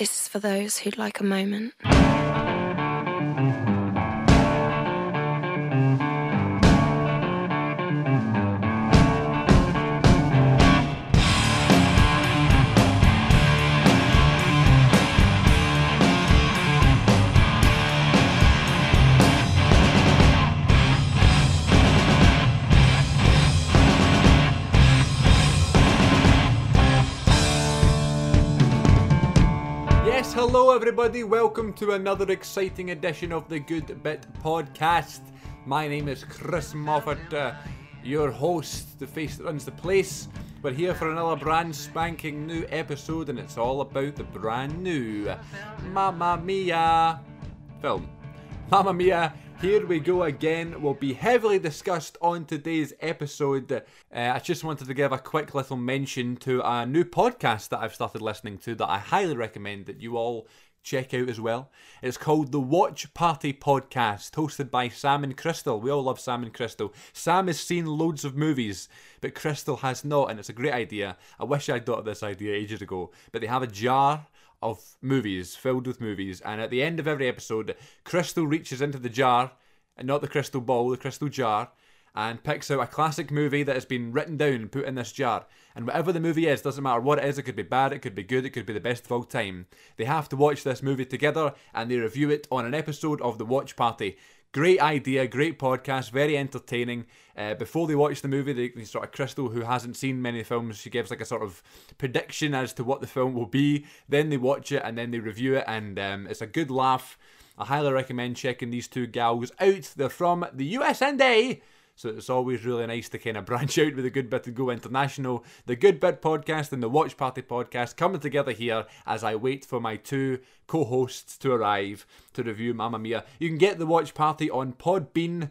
This is for those who'd like a moment. Yes, hello everybody. Welcome to another exciting edition of the Good Bit Podcast. My name is Chris Moffat, uh, your host, the face that runs the place. We're here for another brand spanking new episode, and it's all about the brand new Mamma Mia film. Mamma Mia, here we go again. Will be heavily discussed on today's episode. Uh, I just wanted to give a quick little mention to a new podcast that I've started listening to that I highly recommend that you all check out as well. It's called the Watch Party Podcast, hosted by Sam and Crystal. We all love Sam and Crystal. Sam has seen loads of movies, but Crystal has not, and it's a great idea. I wish I'd thought of this idea ages ago. But they have a jar of movies, filled with movies, and at the end of every episode, Crystal reaches into the jar, and not the crystal ball, the crystal jar, and picks out a classic movie that has been written down and put in this jar. And whatever the movie is, doesn't matter what it is, it could be bad, it could be good, it could be the best of all time. They have to watch this movie together and they review it on an episode of The Watch Party. Great idea, great podcast, very entertaining. Uh, before they watch the movie, they, they sort of Crystal, who hasn't seen many films, she gives like a sort of prediction as to what the film will be. Then they watch it and then they review it, and um, it's a good laugh. I highly recommend checking these two gals out. They're from the US and A. So it's always really nice to kind of branch out with a good bit and go international. The Good Bit podcast and the Watch Party podcast coming together here as I wait for my two co-hosts to arrive to review Mamma Mia. You can get the Watch Party on Podbean,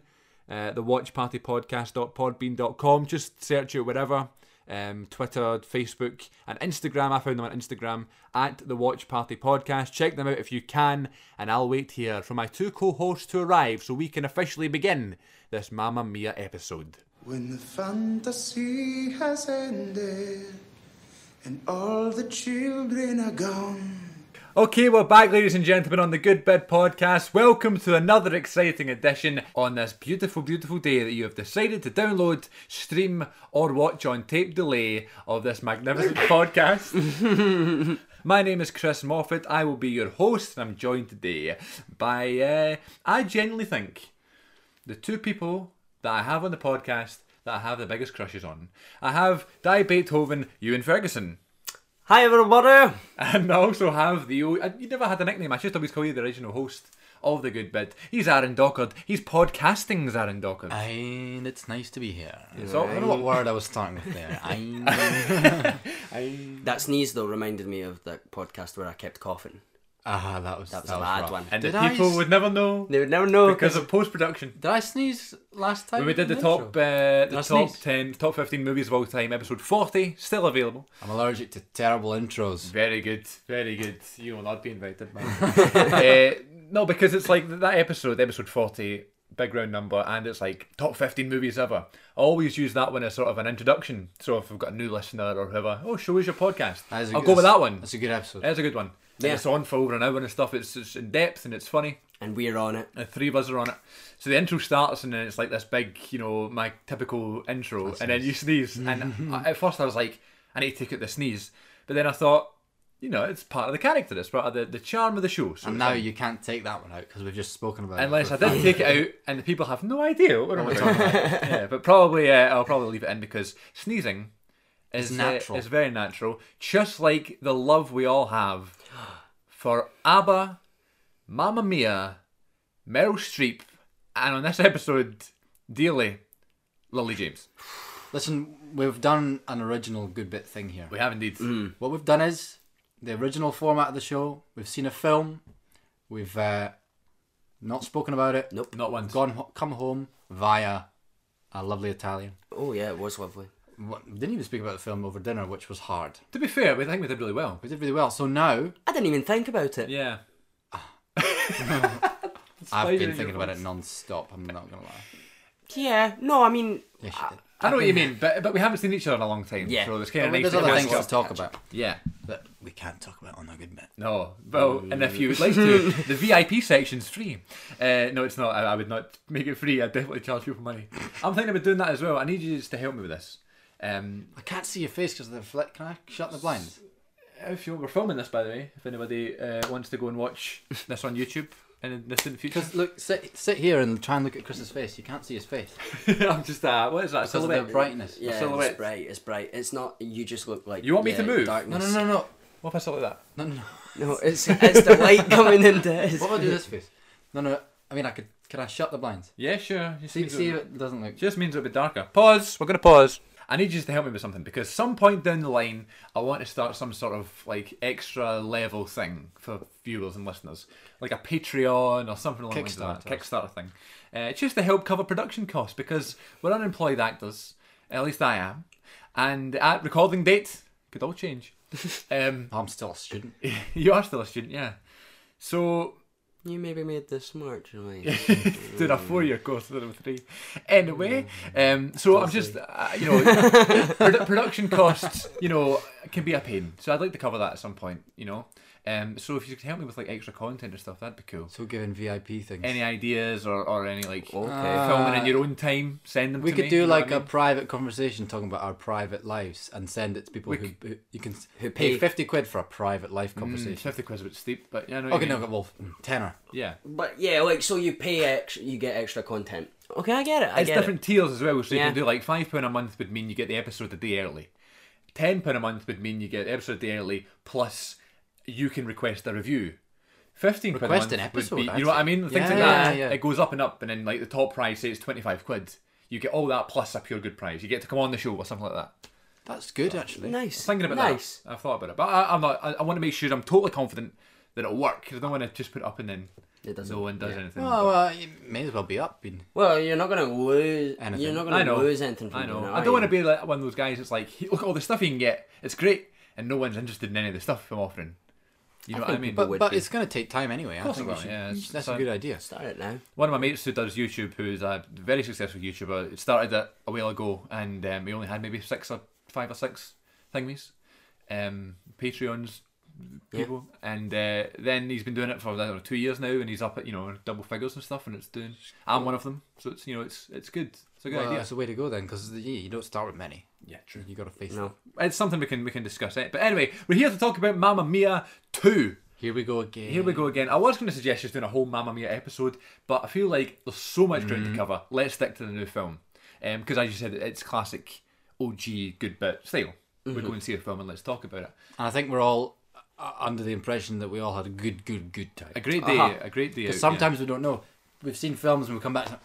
uh, the Watch Party podcast.podbean.com. Just search it wherever. Um, Twitter, Facebook, and Instagram. I found them on Instagram at the Watch Party Podcast. Check them out if you can, and I'll wait here for my two co hosts to arrive so we can officially begin this Mamma Mia episode. When the fantasy has ended and all the children are gone. Okay, we're back, ladies and gentlemen, on the Good Bed Podcast. Welcome to another exciting edition on this beautiful, beautiful day that you have decided to download, stream, or watch on tape delay of this magnificent podcast. My name is Chris Moffat. I will be your host, and I'm joined today by, uh, I genuinely think, the two people that I have on the podcast that I have the biggest crushes on. I have Di Beethoven, Ewan Ferguson. Hi everybody! And I also have the. o- I- You never had a nickname. I should always call you the original host of the Good Bit. He's Aaron Dockard. He's podcasting's Aaron Dockard. And it's nice to be here. all- I don't know what word I was starting with there. I. That sneeze though reminded me of that podcast where I kept coughing. Ah, that was That was that a was bad rough. one. and Did the I people s- would never know They would never know because of post production. Did I sneeze last time? When we did the in top, intro? uh, the That's top nice. ten, top fifteen movies of all time, episode forty, still available. I'm allergic to terrible intros. Very good, very good. You will not be invited, man. uh, no, because it's like that episode, episode 40, big round number, and it's like top 15 movies ever. I always use that one as sort of an introduction. So if I've got a new listener or whoever, oh, show us your podcast. That is a I'll good- go with that one. That's a good episode. That's a good one. And Yeah. It's on for over an hour and stuff. It's, it's in depth and it's funny. and we're on it. The three of us are on it. So the intro starts, and then it's like this big, you know, my typical intro, and then you sneeze. and I, at first, I was like, I need to take out the sneeze, but then I thought, you know, it's part of the character. It's part of the, the charm of the show. So and it's now like- you can't take that one out because we've just spoken about unless it. I did take it out, and the people have no idea what Oh I'm talking about. yeah, but probably uh, I'll probably leave it in because sneezing is It's uh, natural. it's very natural, just like the love we all have for ABBA, Mamma Mia, Meryl Streep, and on this episode, dearly, Lily James. Listen, we've done an original good bit thing here. We have indeed. What we've done is the original format of the show. We've seen a film. We've uh, not spoken about it. Nope. Not once. Gone, ho- come home via a lovely Italian. Oh yeah, it was lovely. What, we didn't even speak about the film over dinner, which was hard. To be fair, we think we did really well. We did really well. So now I didn't even think about it. Yeah. I've in been your thinking about it non-stop. I'm not gonna lie. Ah, Yeah, no, I mean, Yes, you I- did. I know what you mean, but, but we haven't seen each other in a long time. Yeah. So it's kind of But nice there's to other kinda things sort to of- talk about. Yeah. But we can't talk about on a good bit. No, well, and if you would like to, the VIP section's free. Uh, no, it's not. I, I would not make it free. I'd definitely charge people money. I'm thinking about doing that as well. I need you just to help me with this. Um, I can't see your face because of the flick. Can I shut the blinds? if you, we're filming this, by the way, if anybody uh, wants to go and watch this on YouTube in this in the future, Because look, sit sit here and try and look at Chris's face. You can't see his face I'm just uh, what is that? because of the Silhouette? brightness. Yeah, silhouette. it's bright. It's bright. It's not. You just look like You want me to yeah, move? No, Darkness. no, no, no, What if I sort like that? no, no. no. No, it's it's the light coming into his. What if I do this face? No, no. I mean, I could. Can I shut the blinds? Yeah, sure. Just See, means see if it'll- it doesn't look. just means it'll be darker. Pause. We're gonna pause. I need you to help me with something because some point down the line, I want to start some sort of like extra level thing for viewers and listeners, like a Patreon or something along those lines. Kickstarter. Kickstarter thing, uh, just to help cover production costs because we're unemployed actors. At least I am, and at recording date could all change. um, I'm still a student. you are still a student, yeah. So You maybe made this smart choice. did a four-year course instead of a three. Anyway, um, so I'm just, uh, you know, produ- production costs, you know, can be a pain. So I'd like to cover that at some point, you know. Um, so if you could help me with like extra content and stuff, that'd be cool. So we're giving VIP things. Any ideas or, or any like Okay. filming in Uh, your own time? Send them. we to could me, do you know what like I a mean? private conversation talking about our private lives and send it to people We who, c- who you can s- who pay pay- fifty quid for a private life Mm, conversation. fifty quid's a bit steep, but yeah, I know what okay, you no, mean. well, mm, tenner. yeah. But yeah, like so you pay extra, you get extra content. Okay, I get it. I it's get different tiers as well. So you Yeah. can do like five pound a month would mean you get the episode a day early. Ten pound a month would mean you get the episode a day early. Plus, you can request a review. Fifteen pound a Request month an episode, would be, you I'd know what say. I mean? Things Yeah, like yeah, that. yeah. It goes up and up, and then like the top prize say it's twenty five quid. You get all that plus a pure good prize. You get to come on the show or something like that. That's good actually. it. Nice. Thinking about nice. that, I've thought about it, but I, I'm not. I, I want to make sure I'm totally confident that it'll work 'cause I don't want to just put it up and then It doesn't- no one does anything. Oh well, you may as well be up. In, Well, you're not gonna lose. Anything. You're not I gonna know. lose anything from I know. doing it, I are don't want to you? be like one of those guys that's like, "Hey, look at all the stuff you can get. It's great, and no one's interested in any of the stuff I'm offering. You know what I mean? but would but be. it's going to take time anyway. I course think it we will, should- yeah, you it's- should- that's so- a good idea. Start it now. One of my mates who does YouTube, who is a very successful YouTuber, started it a while ago, and um, he only had maybe six or five or six thingies, um, Patreons, people, and uh, then he's been doing it for I don't know, two years now, and he's up at you know double figures and stuff, and it's doing. I'm one of them, so it's you know it's it's good. It's a good Well, idea. That's the way to go then, because yeah, you don't start with many. Yeah, true. You got to face. No. It's something we can we can discuss it. But anyway, we're here to talk about Mamma Mia two. Here we go again. Here we go again. I was going to suggest just doing a whole Mamma Mia episode, but I feel like there's so much ground Mm. to cover. Let's stick to the new film. Because as you said, it's classic OG good bit style. We're Mm-hmm. going to see a film and let's talk about it. And I think we're all uh, under the impression that we all had a good, good, good time. A great day, Uh-huh. a great day. out, Because sometimes we don't know. We've seen films and we come back. And,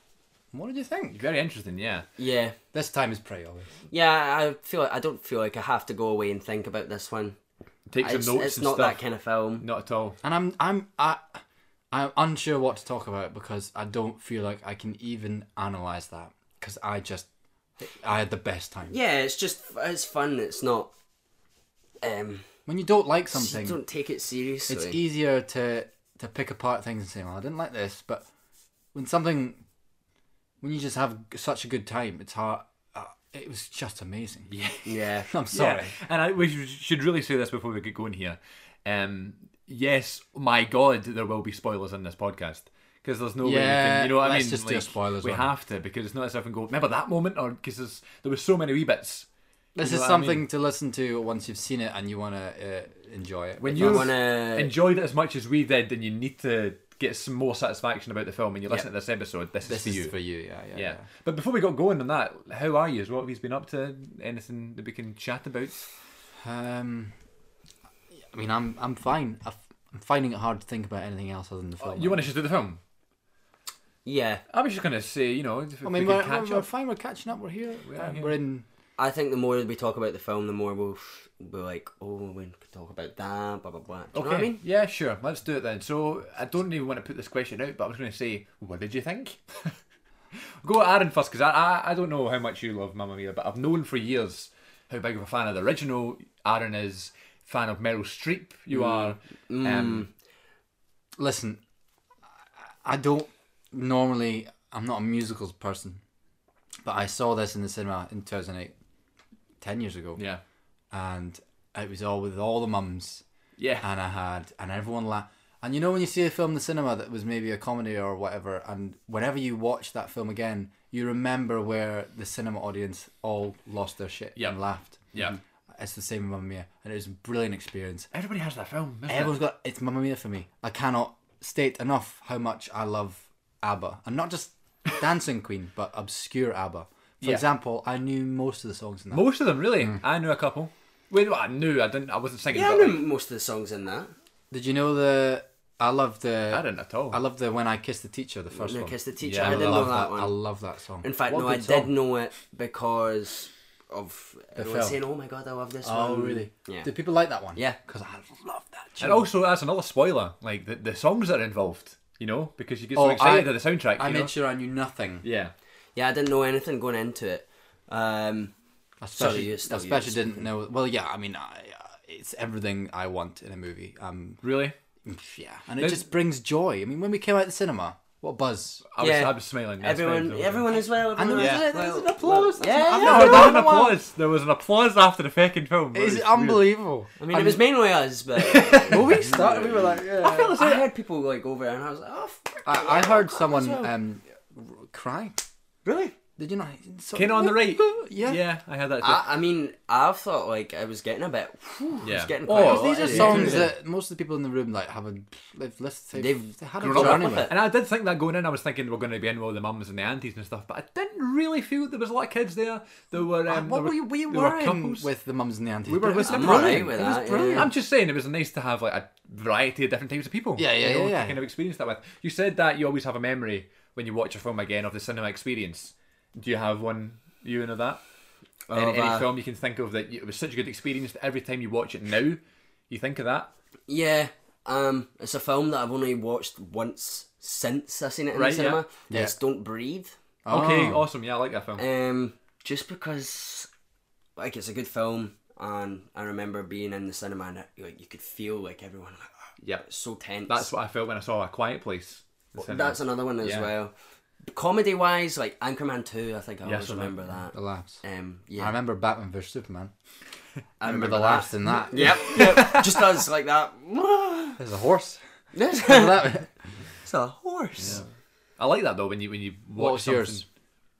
what did you yeah. think? Very interesting, yeah. Yeah, This time is prey always. yeah. I feel. Like, I don't feel like I have to go away and think about this one. Take some It's, notes it's and not stuff. that kind of film. Not at all. And I'm, I'm, I, I'm unsure what to talk about because I don't feel like I can even analyze that because I just, I had the best time. Yeah, it's just it's fun. It's not. Um, When you don't like you something, don't take it seriously. it's e- easier to to pick apart things and say, "Well, I didn't like this," but when something, when you just have such a good time, it's hard. Uh, it was just amazing. Yeah, Yeah. I'm sorry. Yeah, And I, we sh- should really say this before we get going here. Um, yes, my God, there will be spoilers in this podcast because there's no way we Yeah, can, you know what I let's mean. just do a spoilers we one. have to because it's not as if I can go. Remember that moment, or because there was so many wee bits. You This know is what I something mean? to listen to once you've seen it and you want to uh, enjoy it. When If you that's- want to. enjoyed it as much as we did, then you need to get some more satisfaction about the film. And you listen to this episode. This, this is for is you. for you, yeah, yeah, yeah. yeah. but before we got going on that, how are you? What have you been up to? Anything that we can chat about? Um, I mean, I'm I'm fine. I've, I'm finding it hard to think about anything else other than the film. Oh, You want to just do the film? Yeah, I was just gonna say, you know, if I mean, we we're, can catch we're, we're up. fine. We're catching up. We're here. We are here. We're, in. I think the more we talk about the film, the more we'll be like, oh, we could talk about that, blah blah blah. Do you know what I mean? Yeah, sure. Let's do it then. So I don't even want to put this question out, but I was going to say, what did you think? Go at Aaron first, because I, I I don't know how much you love Mamma Mia, but I've known for years how big of a fan of the original Aaron is. Fan of Meryl Streep, you Mm. are. Um, Listen, I, I don't normally. I'm not a musicals person, but I saw this in the cinema in 2008, ten years ago, yeah, and it was all with all the mums. Yeah. and I had, and everyone laughed. And you know when you see a film in the cinema that was maybe a comedy or whatever, and whenever you watch that film again, you remember where the cinema audience all lost their shit Yeah. and laughed. Yeah. It's the same with Mamma Mia, and it was a brilliant experience. Everybody has that film. isn't it? Everyone's got it's Mamma Mia for me. I cannot state enough how much I love ABBA, and not just Dancing Queen, but obscure ABBA. For Yeah. example, I knew most of the songs in that. Most of them, really. I knew a couple. Wait, well, I knew. I didn't. I wasn't singing. Mm. Yeah, I but, know like, most of the songs in that. Did you know the? I love the. I didn't at all. I love the when I kissed the teacher. The first No, one. Kiss the Teacher. Yeah, I I didn't know love that, one. I love that song. In fact, What no, a I good song. did know it because of everyone film. saying, "Oh my god, I love this Oh one." really? Yeah. Do people like that one? Yeah. Because I love that. Tune. and also, that's another spoiler. Like the, the songs that are involved. You know, because you get so Oh, excited I- at the soundtrack. I you made know? sure I knew nothing. Yeah. yeah, I didn't know anything going into it. Um, I especially, you- I still you. especially didn't know. Well, yeah. I mean, I, uh, it's everything I want in a movie. Um, Really. yeah, and it Then- just brings joy. I mean, when we came out of the cinema, what buzz! I was, Yeah. I was smiling. I was everyone, smiling. everyone as well. And there Everyone was, as a, there well. was an applause. That's- Yeah, I've yeah. never There heard was an that one. applause. There was an applause after the fucking film. It was It's weird. unbelievable. I mean, it was mainly us, but well, we started. We were like, yeah. I, feel I had people like go over, and I was like, oh, fuck. I, I heard someone um, r- cry. really? Did you not? So, Ken on the right. Yeah. Yeah, I had that. Too. I, I mean, I thought like I was getting a bit. Whew, yeah. Yeah. It's getting Oh, quite a because lot These are today. songs that most of the people in the room like have a they've listened. They've They've, they had a grown up journey with with. it. And I did think that going in, I was thinking we're going to be in with the mums and the aunties and stuff, but I didn't really feel there was a lot of kids there. There were um, And what there were you, we there were, in couples. with the mums and the aunties. We were but it with was them, I'm all brilliant. right with It was that, yeah. brilliant. I'm just saying it was nice to have like a variety of different types of people. Yeah, yeah, you know, yeah, yeah. To kind of experience that with. You said that you always have a memory when you watch a film again of the cinema experience. Do you have one? You know that Of, any, uh, any film you can think of that you, it was such a good experience that every time you watch it now, you think of that. Yeah, um, it's a film that I've only watched once since I seen it in Right, the yeah. cinema. Yeah. Yeah. It's Don't Breathe. Okay, Oh. awesome. Yeah, I like that film. Um, just because, like, it's a good film, and I remember being in the cinema and it, like you could feel like everyone like oh, Yeah, it's so tense. that's what I felt when I saw A Quiet Place. in the cinema. that's another one as Yeah. well. Comedy wise, like Anchorman Two, I think I Yes, always I remember The that. laughs. Um, yeah, I remember Batman vs Superman. I remember the laughs in that. Yep, yep. just us like that. There's a horse. it's That- a horse. I like that though when you when you watch what was yours? something-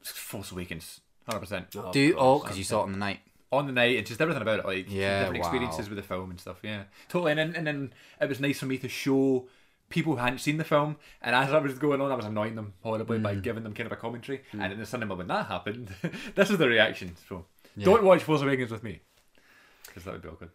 Force Awakens, hundred percent. Do you, oh, because you saw it on the night. On the night, it's just everything about it, like Yeah, different experiences wow. with the film and stuff. Yeah, totally. And then, and then it was nice for me to show people who hadn't seen the film, and as I was going on, I was annoying them horribly Mm. by giving them kind of a commentary. And in the cinema, when that happened, this is the reaction. So don't watch Force Awakens with me, because that would be awkward.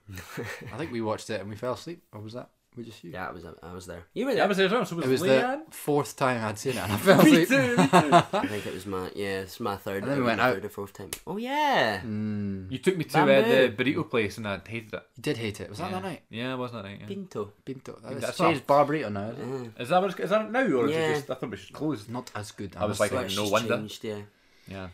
I think we watched it and we fell asleep. Or was that? We just you. Yeah, I was I was there. You were Yeah, I there. was there as well. So was, It was Leanne. the fourth time I'd seen it and I fell asleep. Me too, me too. I think it was my yeah, it's my third. then we went my out. third or fourth time. Oh yeah. you took me to uh, the Bamboo. burrito place, and I hated it. You did hate it. Was that Yeah. that night? Yeah, it was that night. Yeah. Pinto. Pinto. That's That's changed Barbarito now. isn't it? Is that what it's, is that now, or is Yeah. it just I thought it was just closed? Not as good. I was honestly. like- It's no just wonder. Changed, yeah. Yeah.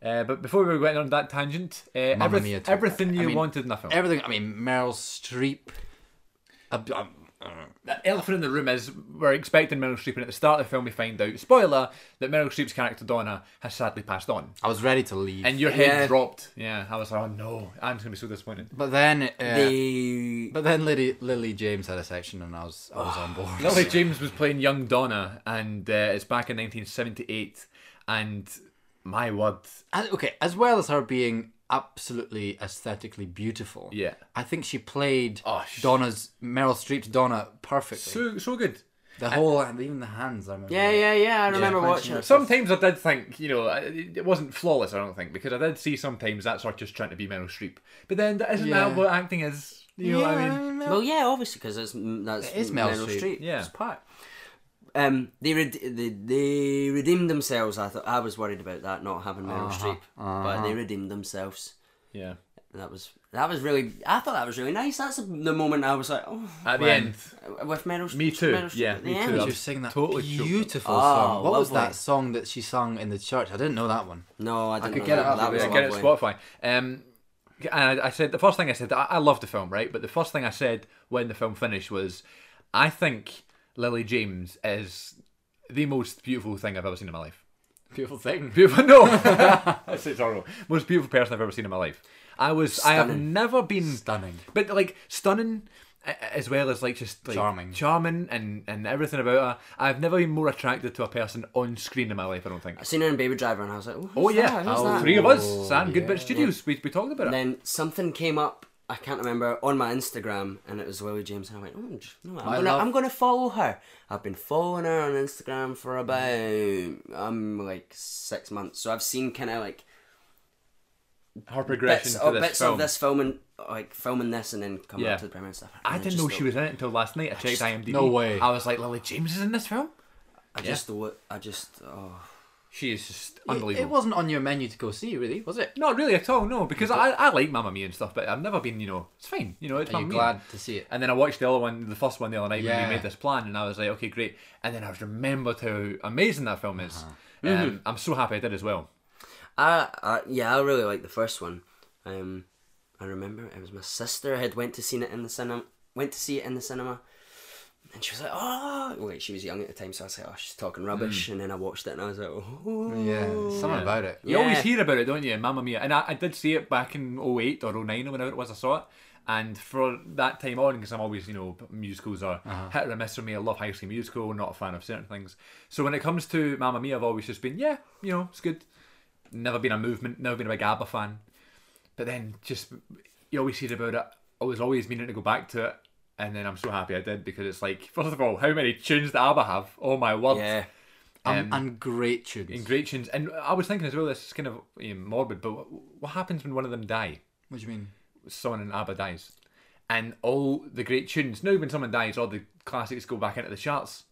Uh, but before we went on that tangent, uh, Mamma everyth- Mia took everything that. I you mean, wanted in that film. everything. I mean, Meryl Streep. Ab- um, that elephant in the room is we're expecting Meryl Streep, and at the start of the film, we find out, spoiler, that Meryl Streep's character Donna has sadly passed on. I was ready to leave. And your head Yeah. dropped. Yeah, I was like, oh no, I'm going to be so disappointed. but then, uh, They but then Lily, Lily James had a section, and I was I was on board. Lily James was playing young Donna, and uh, it's back in 1978, and my word, And- okay, as well as her being absolutely aesthetically beautiful, Yeah. I think she played Oh, sh- Donna's Meryl Streep's Donna perfectly. so, so good. the whole, even the hands. I remember. Yeah, yeah, yeah. I remember Yeah. watching it. Sometimes I did think, you know, I- it wasn't flawless, I don't think, because I did see sometimes that's her just trying to be Meryl Streep. But then, that isn't Yeah. that what acting is? You know what I mean? Well, yeah, obviously because it's mm, that's It is Meryl Meryl Streep, Streep. yeah. it's part. Um, they, red- they they redeemed themselves. I thought I was worried about that not having Meryl Streep, but they redeemed themselves. Yeah. That was that was really. I thought that was really nice. That's the moment I was like, oh, At When- the end. with Meryl. Me Streep- too, Meryl Streep yeah, at the me too. end. I She was was singing that totally Ah, choked up. beautiful Oh, song. What was lovely. that song that she sung in the church? I didn't know that one. No, I didn't. could know get that. it up That a was bit. Yeah, get it lovely. on Spotify. Um, and I, I said the first thing I said. I, I love the film, right? But the first thing I said when the film finished was, I think Lily James is the most beautiful thing I've ever seen in my life. Beautiful thing. Beautiful? No, that's it's horrible. Most beautiful person I've ever seen in my life. I was. I have Stunning. never been Stunning. but like stunning. a- as well as like just like, Charming. charming, and and everything about her. I've never been more attracted to a person on screen in my life. I don't think. I seen her in Baby Driver and I was like, oh, Oh yeah, that? Who's all that? three of us, Sam Goodbit yeah. Studios. We, we talked about it. And then something came up. I can't remember on my Instagram, and it was Willie James, and I went, "Oh, j- no, I'm My gonna, love. I'm gonna follow her." I've been following her on Instagram for about um like six months, so I've seen kind of like Her progression bits, to oh, this bits film. of this film and like filming this, and then coming Yeah. up to the premiere and stuff. And I didn't just know she thought- was in it until last night. I checked IMDb. no way. I was like, Lily James is in this film. I just thought. I just. Oh. She is just It, unbelievable. it wasn't on your menu to go see, really, was it? Not really at all, no, because I, I like Mamma Mia and stuff, but I've never been, you know, it's fine, you know, it's Are you Mamma Mia. glad to see it? And then I watched the other one, the first one the other night when Yeah. we made this plan, and I was like, okay, great. And then I remembered how amazing that film is. Uh-huh. Um, I'm so happy I did as well. I, I yeah, I really like the first one. Um, I remember it was my sister had went to seen it in the cinema. Went to see it in the cinema, and she was like, "Oh, wait." She was young at the time, so I was like, "Oh, she's talking rubbish." And then I watched it, and I was like, "Oh, Yeah, something about it. You always Yeah. hear about it, don't you? Mamma Mia. And I, I did see it back in 08 or 09 or whenever it was I saw it. And for that time on, because I'm always, you know, musicals are Uh-huh. hit or miss for me. I love High School Musical, not a fan of certain things. So when it comes to Mamma Mia, I've always just been, yeah, you know, it's good. Never been a movement, never been a big ABBA fan. But then just, you always hear about it. I was always meaning to go back to it. And then I'm so happy I did because it's like, first of all, how many tunes that ABBA have? Oh my word. yeah." Um, and great tunes. In great tunes. And I was thinking as well, this is kind of you know, morbid, but what, what happens when one of them die? what do you mean? Someone in ABBA dies. And all the great tunes, now when someone dies, all the classics go back into the charts.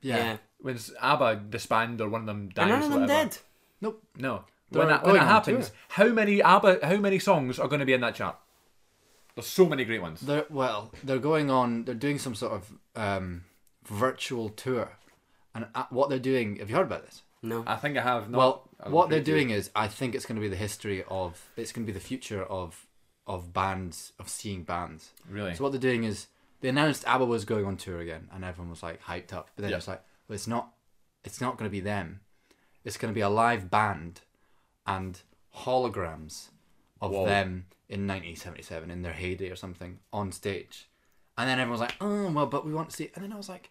Yeah. Yeah. When s- ABBA disband or one of them dies, And none of them whatever. did. Nope. No. They're when that, when going that on tour. happens, how many ABBA, how many songs are going to be in that chart? There's so many great ones. They're well. They're going on. They're doing some sort of um, virtual tour, and uh, what they're doing. Have you heard about this? No, I think I have not. well, I'm what they're pretty sure. doing is, I think it's going to be the history of. It's going to be the future of of bands of seeing bands. Really? So what they're doing is they announced ABBA was going on tour again, and everyone was like hyped up. But then Yeah. it's like, well, it's not. It's not going to be them. It's going to be a live band, and holograms of Whoa. them in 1977 in their heyday or something on stage. And then everyone was like, oh well, but we want to see. And then I was like.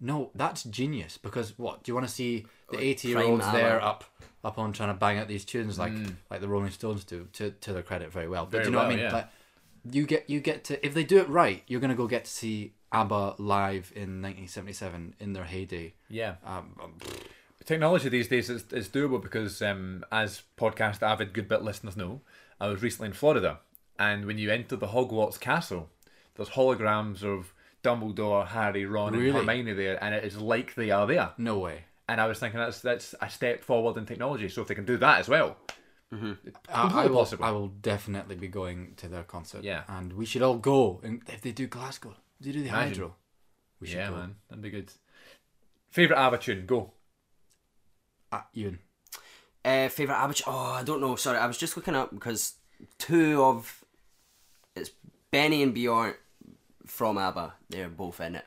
No, that's genius. Because what do you want to see the eighty-year-olds prime there hour. up, up on trying to bang out these tunes like like the Rolling Stones do? To, to their credit, very well. Mm. But Very do you know what well, I mean? yeah. Like, you get you get to if they do it right, you're gonna go get to see ABBA live in 1977 in their heyday. Yeah. Um, um, technology these days is, is doable because um, as podcast avid good bit listeners know i was recently in florida and when you enter the hogwarts castle there's holograms of dumbledore harry ron Really? and hermione there and it is like they are there no way. and i was thinking that's that's a step forward in technology so if they can do that as well I, I Completely will. possible. I will definitely be going to their concert. Yeah. and we should all go. And if they do Glasgow, if they do the Imagine. Hydro. We should yeah go. man that'd be good favorite ABBA tune go Uh, Ewan. uh, favorite Abbott. Oh, I don't know. Sorry, I was just looking up because two of it's Benny and Bjorn from ABBA. They're both in it.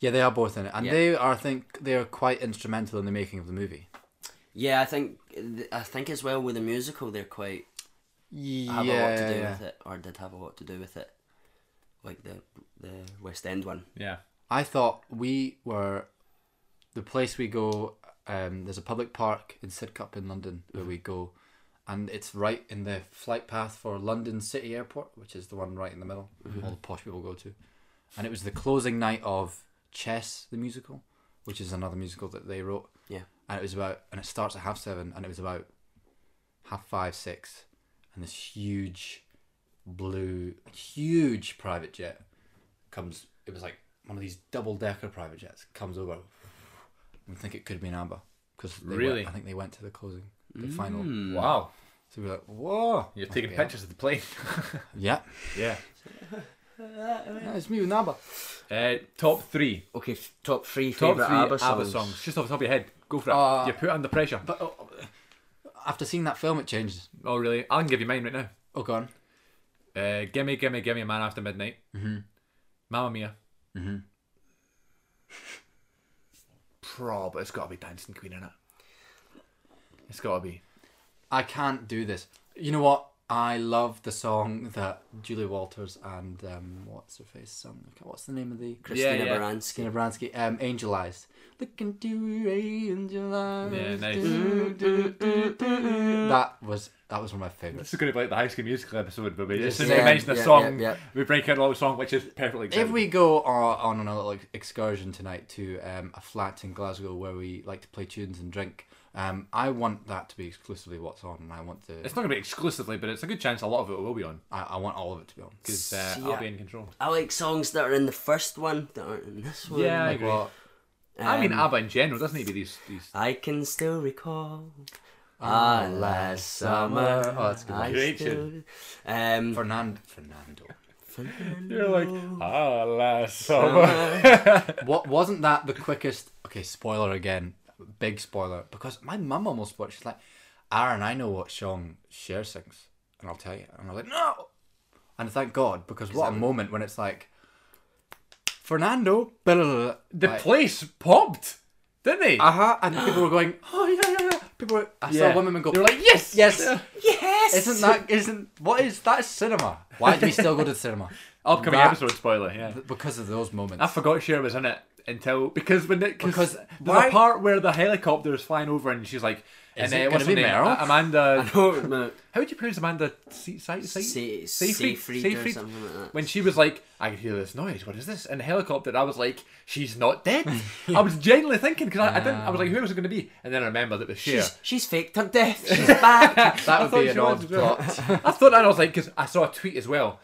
Yeah, they are both in it, and Yeah. they are. I think they are quite instrumental in the making of the movie. Yeah, I think I think as well with the musical, they're quite Yeah, have a lot to do with it, or did have a lot to do with it, like the the West End one. yeah I thought we were the place we go. Um, there's a public park in Sidcup in London where we go, and it's right in the flight path for London City Airport, which is the one right in the middle. All the posh people go to, and it was the closing night of Chess the musical, which is another musical that they wrote. Yeah. and it was about and it starts at half seven, and it was about half five six, and this huge blue, huge private jet comes. It was like one of these double decker private jets comes over. We think it could be an amber because Really? Hmm. I think they went to the closing, the final. wow So we we're like, whoa! you're taking Yeah. pictures of the plane Oh, Yeah, yeah yeah it's me with Namba. uh, top three Okay, f- top three top favorite three ABBA, songs. just off the top of your head go for it Uh, you're put under pressure But oh, after seeing that film, it changes. oh really i can give you mine right now Oh, gone. Uh, gimme, gimme, gimme, Man After Midnight. Mm-hmm. Mamma Mia. Mm-hmm. Prob, it's got to be Dancing Queen in it. It's got to be. I can't do this. You know what? I love the song that Julie Walters and um, what's her face sung. Okay, What's the name of the Christina Yeah, yeah. Baranski. Christina Baranski? Um, Angel Eyes. Look into your angel eyes. Yeah, nice. Do, do, do, do. That was that was one of my favorites. This is going to be like the High School Musical episode, but we just Yes. we Yeah, mention a yeah, song, yeah, yeah. we break out a little song, which is perfectly. If we go on, on a little excursion tonight to um, a flat in Glasgow where we like to play tunes and drink, um, I want that to be exclusively what's on, and I want to, it's not going to be exclusively, but it's a good chance a lot of it will be on I, I want all of it to be on. because uh, See, I'll yeah. be in control. I like songs that are in the first one that aren't in this one. Yeah, I Like agree. what? I mean, Um, ABBA in general doesn't need to be these. these I can still recall. Ah, last summer. Oh, that's a good. I one. Great still, um, Fernand, Fernando. you're like ah last what wasn't that the quickest? Okay, spoiler again, big spoiler. Because my mum almost watched. She's like, Aaron, I know what song Cher sings, and I'll tell you. And I'm like, no. And thank God, because what a moment when it's like, Fernando, blah, blah, blah, blah." The like, place popped, didn't they? uh huh, and people were going, oh yeah, yeah, yeah. People, were, I saw Yeah. women go, They were like, yes, yes. yes. Isn't that? Isn't what is that? Is cinema? Why do we still go to the cinema? Upcoming That- episode spoiler. Yeah, Because of those moments. I forgot Cher was in it until because when it, cause Because there's why- a part where the helicopter is flying over and she's like, and Is it uh, gonna what's her be name? Meryl? A- Amanda. No, How would you pronounce Amanda? Se- Se- Se- Se- Seyfried? Seyfried or Seyfried? something like that. When she was like, I can hear this noise. What is this? In the helicopter, I was like, she's not dead. I was genuinely thinking because I, I didn't. I was like, Ah. who was it going to be? And then I remembered it was Cher. she's, she's faked her death. She's back. that I would thought be an she was odd as well. plot. I thought that I was like, because I saw a tweet as well.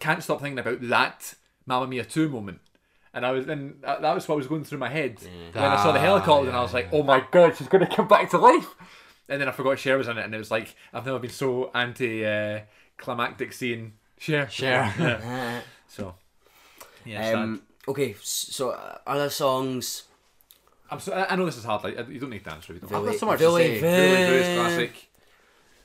Can't stop thinking about that Mamma Mia two moment, and I was and that that was what was going through my head when I saw the Ah, helicopter, and I was like, oh my god, she's going to come back to life. And then I forgot Cher was in it, and it was like I've never been so anti uh, climactic seeing Cher. Cher. Yeah. so. Yeah, Uh, um, okay, s- so uh, other songs. sad. I'm so, I I know this is hard. Like I- you don't need to answer. You don't. I've Really, got so much Billy to say. Van- really classic.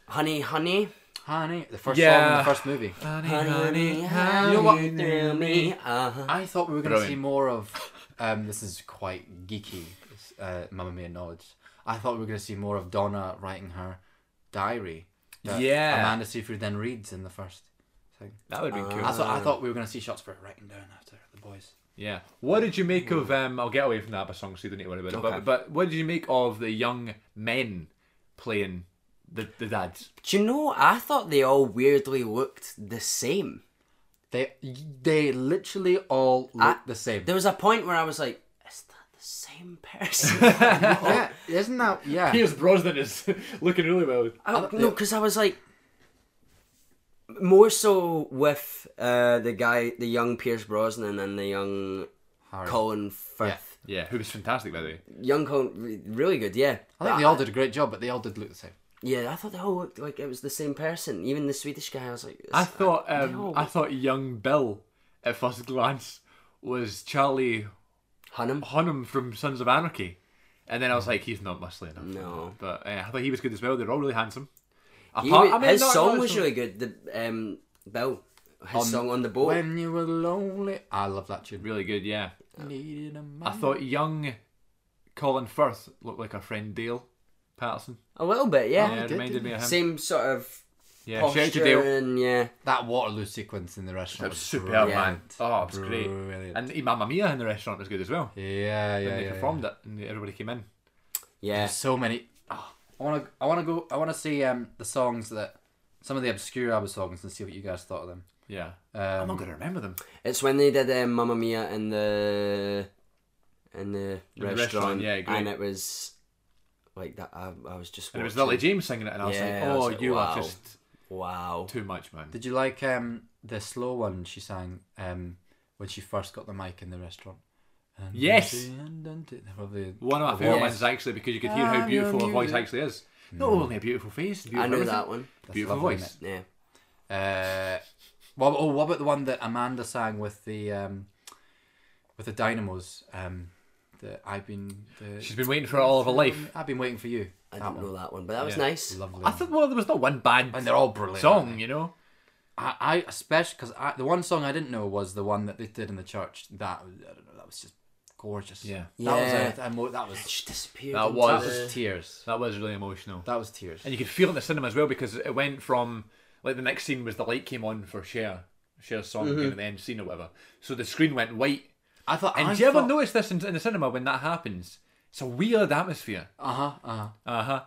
Honey, honey, Honey, Ah, the first song in Yeah. Uh-huh. the first movie. honey, honey, You know how what? you threw me. Uh-huh. I thought we were going to see Brilliant. more of. Um, this is quite geeky, this, uh, Mamma Mia knowledge. I thought we were going to see more of Donna writing her diary. that Yeah. Amanda Seyfried then reads in the first thing. That would be cool. That's what I thought we were going to see shots for writing down after the boys. Yeah. What did you make of? Um, I'll get away from that, but song, so you don't need to worry about it. Okay. But, but what did you make of the young men playing the the dads? Do you know? I thought they all weirdly looked the same. They they literally all look I- the same. There was a point where I was like, "Is that the same person?" Yeah, isn't that yeah? Pierce Brosnan is looking really well. I, no, because I was like, more so with uh, the guy, the young Pierce Brosnan and the young Harry. Colin Firth. Yeah, who was fantastic by the way. Young Colin, really good. Yeah, I think they all did a great job, but they all did look the same. Yeah, I thought they all looked like it was the same person. Even the Swedish guy, I was like, I "This- thought um, no. I thought young Bill at first glance was Charlie Hunnam. Hunnam from Sons of Anarchy, and then I was like, he's not muscly enough. No. But uh, I thought he was good as well. They're all really handsome. He Apart- was- I mean, his not- not song as- was really good. The um, Bill, his song on the boat. When you were lonely, I love that tune. really good. Yeah. Needed a man. I thought young Colin Firth looked like our friend Dale Patterson. A little bit, yeah. Yeah, it did, reminded didn't me of him. Same sort of yeah, shout out to posture Dale. and yeah. That Waterloo sequence in the That restaurant was was superb, brilliant. man. Oh, it was great. Brilliant. And Mamma Mia in the restaurant was good as well. Yeah, yeah, and they yeah. performed it, and everybody came in. Yeah. There's so many. Oh, I want to. I want to go. I want to see um the songs that some of the obscure ABBA songs and see what you guys thought of them. Yeah, I'm Um, not gonna remember them. It's when they did um, Mamma Mia in the in the the restaurant, restaurant, yeah, great. and it was like that. I, I was just And it was watching. Lily James singing it, and I was Yeah, like, I "Oh, was like, you wow. are just Wow. too much, man." Did you like um the slow one she sang um when she first got the mic in the restaurant? And Yes. Probably One of my Yes. favorite ones is actually because you could hear how I'm your beautiful her voice Ah, music. actually is. Not Mm. only a beautiful face, a I beautiful know everything, that one. beautiful lovely, voice. Yeah. Uh, well, oh, what about the one that Amanda sang with the um, with the Dynamos? Um, the I've been. The, She's been waiting for it all of her life. I've been waiting for you. I that didn't know one. that one, but that was Yeah. nice. Lovely. I one. thought, well, there was not one bad and they're all brilliant. song, you know. I, I especially because I, the one song I didn't know was the one that they did in the church. That was- I don't know. That was just gorgeous. Yeah. That was Yeah. a, a mo- that was It just disappeared. That into that was- the- was tears. That was really emotional, That was tears. and you could feel it in the cinema as well because it went from like the next scene was the light came on for Cher, Cher's song Mm-hmm. again at the end scene or whatever. So the screen went white. I thought. And I do you ever thought- notice this in, in the cinema when that happens? It's a weird atmosphere. Uh-huh, uh-huh. Uh-huh.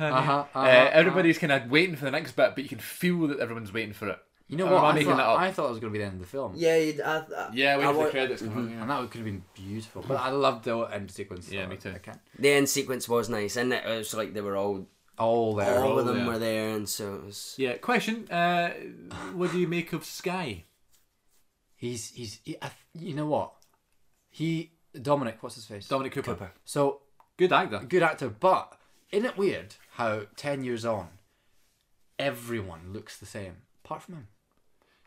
Uh-huh, uh-huh, uh, everybody's kind of waiting for the next bit, but you can feel that everyone's waiting for it. You know Or what? am I I making thought, that up? I thought it was going to be the end of the film. Yeah, you'd, I, I, Yeah, wait I for the want- credits come on. And that could have been beautiful. But I loved the end sequence. Yeah, of me it. too. I can't. The end sequence was nice, and it was like they were all, All there. all of all them there. were there, and so it was. Yeah, question. Uh, what do you make of Sky? He's he's. He, I, you know what? He Dominic. What's his face? Dominic Cooper. So Good actor. good actor, but isn't it weird how ten years on, everyone looks the same apart from him?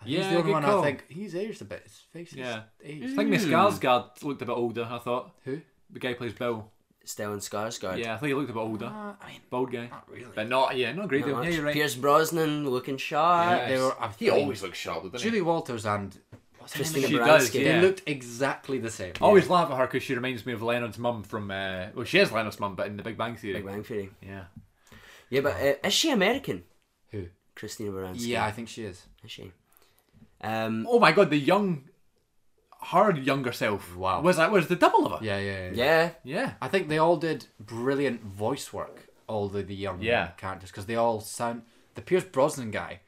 And he's Yeah, the only good one call. I think he's aged a bit. His face is Yeah. I aged. think Miss Skarsgård looked a bit older, I thought. Who? The guy who plays Bill. Stellan Skarsgård. Yeah, I think he looked a bit older. Uh, I mean, Bald guy. not really. But not, yeah, not a great Not deal. much. Yeah, you're right. Pierce Brosnan looking sharp. Uh, they were. I He think always looks sharp, doesn't he? Julie Walters and what's her Christina name? She Baranski. does, yeah. They looked exactly the same. I always laugh at her because she reminds me of Leonard's mum from. Uh, well, she is Leonard's mum, but in The Big Bang Theory. Big Bang Theory. Yeah. Yeah, but uh, is she American? Who? Christina Baranski. Yeah, I think she is. Is she? Um, Oh my god, the young, her younger self. Wow. Was that was the double of her? Yeah, yeah, yeah. yeah. Yeah. I think they all did brilliant voice work. All the, the young Yeah. characters because they all sound. The Pierce Brosnan guy,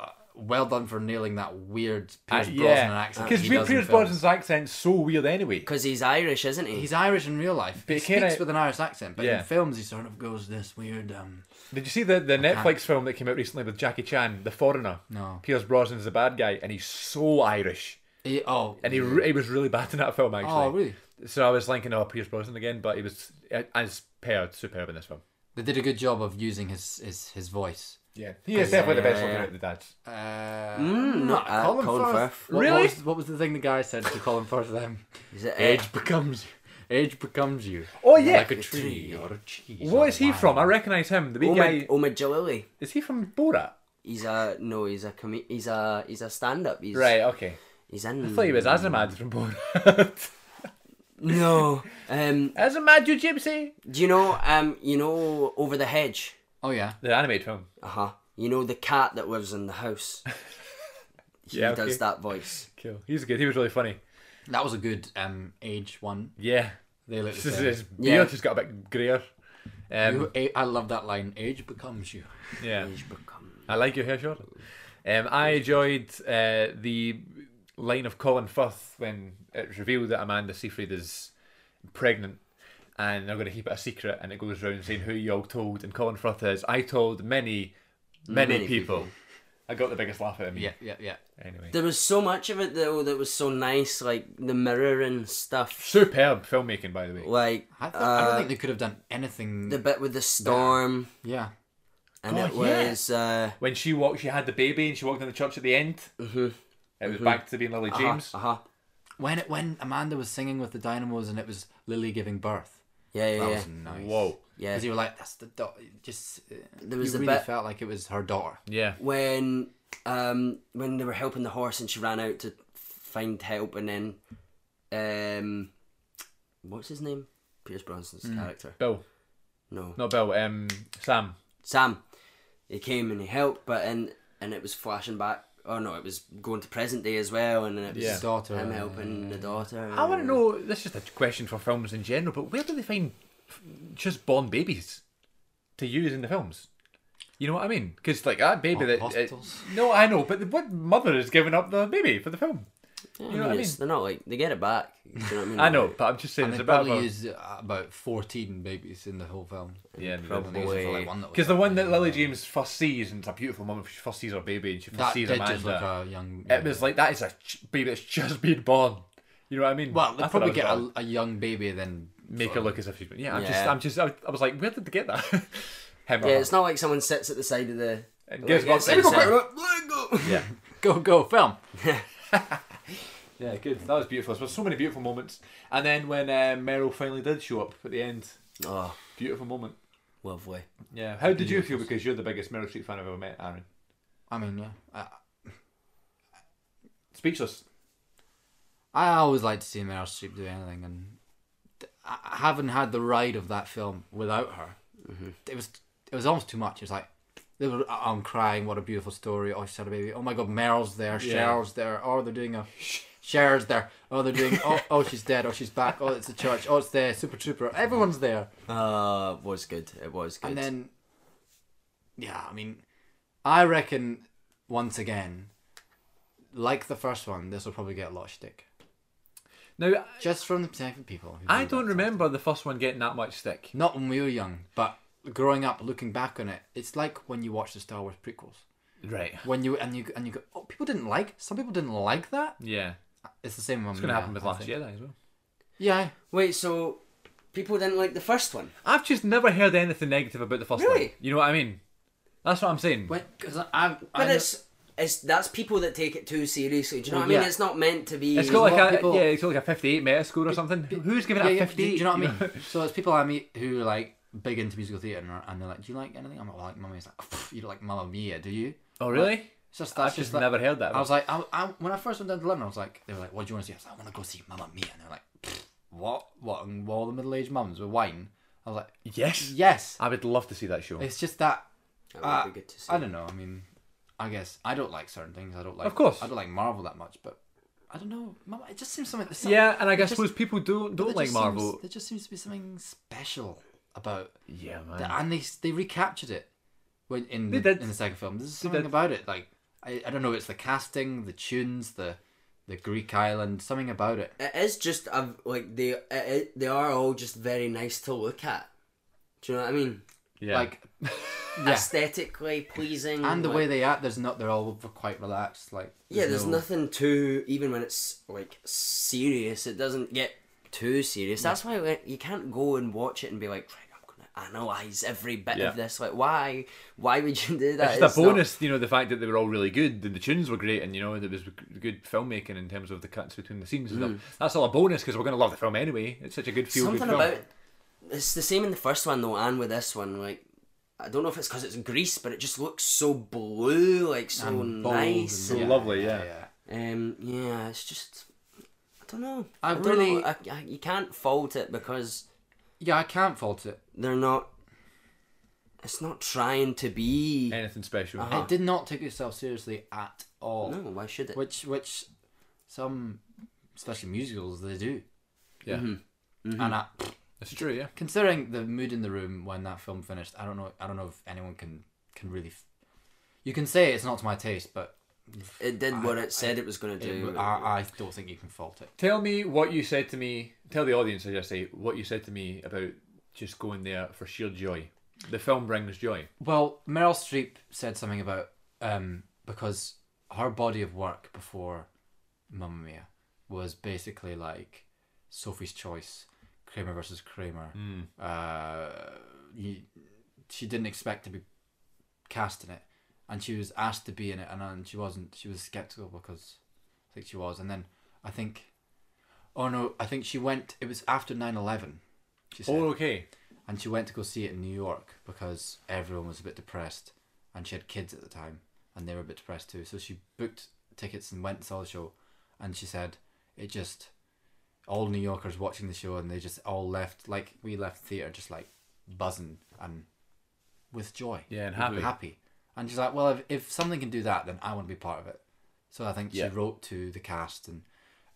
uh, well done for nailing that weird Uh, Pierce Brosnan accent. Because he Pierce does in films. Brosnan's accent's so weird anyway. Because he's Irish, isn't he? He's Irish in real life. But he it kinda- speaks with an Irish accent, but Yeah. in films he sort of goes this weird. Um, Did you see the, the Netflix film that came out recently with Jackie Chan, The Foreigner? No. Pierce Brosnan's the bad guy, and he's so Irish. he, oh, And he, re- he was really bad in that film, actually. oh, really? So I was thinking, oh, Pierce Brosnan again, but he was uh, as paired, superb in this film. They did a good job of using his his, his voice. Yeah. He is definitely the best yeah, looking yeah. out of the dads. Uh, not, uh, Colin Firth. What, Mm. Really? What was, what was the thing the guy said to Colin Firth? Then Is it, uh, age becomes age becomes you. Oh, yeah. like a tree or a cheese. What or is he wine. from? I recognise him. The big guy. Omid, Omid Jalili. Is he from Borat? He's a no. He's a com- He's a he's a stand-up. He's, Right, okay. He's in. I thought he was Azamad from Borat. No. Um. Azamad, you gypsy! Do you know? Um. You know, over the hedge. Oh yeah. The animated film. Uh huh. You know the cat that lives in the house. He Yeah, okay. does that voice. Cool. He's good. He was really funny. That was a good um, age one. Yeah. They look the His, same. his beard Yeah. just got a bit greyer. You- Um, a- I love that line. Age becomes you. yeah. He's become- I like your hair short. Um, I enjoyed uh, the line of Colin Firth when it was revealed that Amanda Seyfried is pregnant and they're going to keep it a secret and it goes around saying who you all told and Colin Firth is, I told many, many, Many people. I got the biggest laugh out of me. Yeah, yeah, yeah. Anyway. There was so much of it though that was so nice, like the mirroring stuff. Superb filmmaking, by the way. Like I, th- I don't uh, think they could have done anything. the bit with the storm, yeah. and it God, yeah. was. Uh, When she walked, she had the baby and she walked in the church at the end. Mm-hmm. Uh-huh. It was back to being Lily James. Uh huh. When it, when Amanda was singing with the Dynamos and it was Lily giving birth. Yeah, yeah, That yeah. was nice. Whoa. yeah. Because you were like, that's the daughter. Just uh, There was you a really bit- felt like it was her daughter. Yeah. when um when they were helping the horse and she ran out to find help and then um what's his name Pierce Bronson's Hmm. character Bill. no Not Bill. Um, Sam. Sam he came and he helped but and and it was flashing back oh no it was going to present day as well and then it was Yeah. Daughter, uh, him yeah, helping the daughter I want to know. This is a question for films in general, but where do they find f- just born babies to use in the films? You know what I mean? Because like that baby Ho- that it- hospitals. no, I know, but what mother is giving up the baby for the film? Yeah, know what I it's- mean? they're not like they get it back you know what I mean I know, but I'm just saying And it's they about probably used uh, about 14 babies in the whole film. yeah, I think it was like one that was because the like- one that Lily James first sees and it's a beautiful moment. She first sees her baby and she first That sees did just look uh, Amanda. a young. it was like that is a ch- baby that's just been born. You know what I mean? Well, I they thought probably it was get about- a, a young baby then. make her look as if she's been. Yeah, I'm just, Yeah. I'm just, I, I was like, where did they get that? Him or yeah her. it's not like someone sits at the side of the And gives Like, one- Let me go sits- quick. Yeah. go, go, film. Yeah, good. That was beautiful. There were so many beautiful moments. And then when uh, Meryl finally did show up at the end, oh beautiful moment. lovely Yeah. How did you feel? Because you're the biggest Meryl Streep fan I've ever met, Aaron. I mean, yeah. I, Speechless. I always like to see Meryl Streep do anything, and th- I I Mm-hmm. haven't had the ride of that film without her. It was it was almost too much. It was like They were, "Oh, I'm crying. What a beautiful story. Oh, she's had a baby. Oh my God, Meryl's there. Cheryl's there. Oh, they're doing a. Cher's there. Oh, they're doing. Oh, oh, she's dead. Oh, she's back. Oh, it's the church. Oh, it's there. Super Trooper. Everyone's there. Uh, it was good. It was good. And then, yeah, I mean, I reckon once again, like the first one, this will probably get a lot of shtick. Now, Just from the perspective of people. who I do don't that. remember the first one getting that much stick. Not when we were young, but growing up, looking back on it, it's like when you watch the Star Wars prequels. Right. When you and you and you go, oh, people didn't like. Some people didn't like that. Yeah. It's the same. It's going to happen with Last Jedi as well. Yeah, Wait, so people didn't like the first one? I've just never heard anything negative about the first one. Really? You know what I mean? That's what I'm saying. because I, But it's it's that's people that take it too seriously. Do you know Well, what I mean? yeah. It's not meant to be. It's got lot like of a people- yeah, it's got like a fifty-eight meta score or something. Who's giving yeah, it yeah, a do, you- fifty-eight? do you know what I mean? so it's people I meet who are like big into musical theatre and, are- and they're like, do you like anything? I'm like, well, I like Mamma Mia. It's like, "Pff, you don't like Mamma Mia, do you? Oh really? It's just I've that's just just like- never heard that. I was like, I, I, when I first went down to London, I was like, they were like, what do you want to see? I was like, I want to go see Mamma Mia, and they're like, "Pff, what? What? And all the middle-aged mums with wine. I was like, yes, yes. I would love to see that show. It's just that That would uh, be good to see. I don't know. I mean, I guess I don't like certain things. I don't like. Of course. I don't like Marvel that much, but I don't know. Mamma- It just seems something. there's some- yeah, and I it guess just- suppose people don't there don't just like seems- Marvel. There just seems to be something special about, Yeah, man. the, and they they recaptured it when in They the, did. in the second film. There's something did. about it. Like I, I don't know. It's the casting, the tunes, the the Greek island. Something about it. It is just uh, like they it, it- they are all just very nice to look at. Do you know what I mean? yeah. Like yeah, Aesthetically pleasing. and the like- way they act. There's not. They're all quite relaxed. Like yeah, there's no- nothing too even when it's like serious. It doesn't get too serious. That's why like, you can't go and watch it and be like, right, I'm gonna analyze every bit Yeah. of this. Like, why? Why would you do that? it's just a not- bonus, you know, the fact that they were all really good and the tunes were great, and you know there was g- good filmmaking in terms of the cuts between the scenes. and stuff. That's all a bonus because we're going to love the film anyway. It's such a good feel good Something film. about it's the same in the first one though, and with this one, like I don't know if it's because it's Greece, but it just looks so blue, like so And bold and- nice. So and- lovely, yeah. Um, yeah, it's just I don't know. I don't really- know. I, I, you can't fault it because Yeah, I can't fault it. they're not. It's not trying to be. Anything special? It did not take itself seriously at all. Uh-huh. No, why should it? Which which some especially musicals they do. Yeah, Mm-hmm. And I, it's true. Yeah, considering the mood in the room when that film finished, I don't know. I don't know if anyone can can really. F- you can say it's not to my taste, but It did what it said it was eh, going to it, do. w- I, I don't think you can fault it. Tell me what you said to me. Tell the audience, I just say, what you said to me about just going there for sheer joy. The film brings joy. Well, Meryl Streep said something about um, because her body of work before Mamma Mia was basically like Sophie's Choice, Kramer versus Kramer. Uh, you, she didn't expect to be cast in it, and she was asked to be in it, and, and she wasn't. She was skeptical because I think she was, and then I think, oh no, I think she went. It was after 9-11, She said Oh, okay. and she went to go see it in New York because everyone was a bit depressed, and she had kids at the time, and they were a bit depressed too. So she booked tickets and went and saw the show, and she said it just all New Yorkers watching the show, and they just all left like we left the theater just like buzzing and with joy, Yeah, and with happy. happy. And she's like, well, if, if something can do that, then I want to be part of it. So I think Yeah. she wrote to the cast, and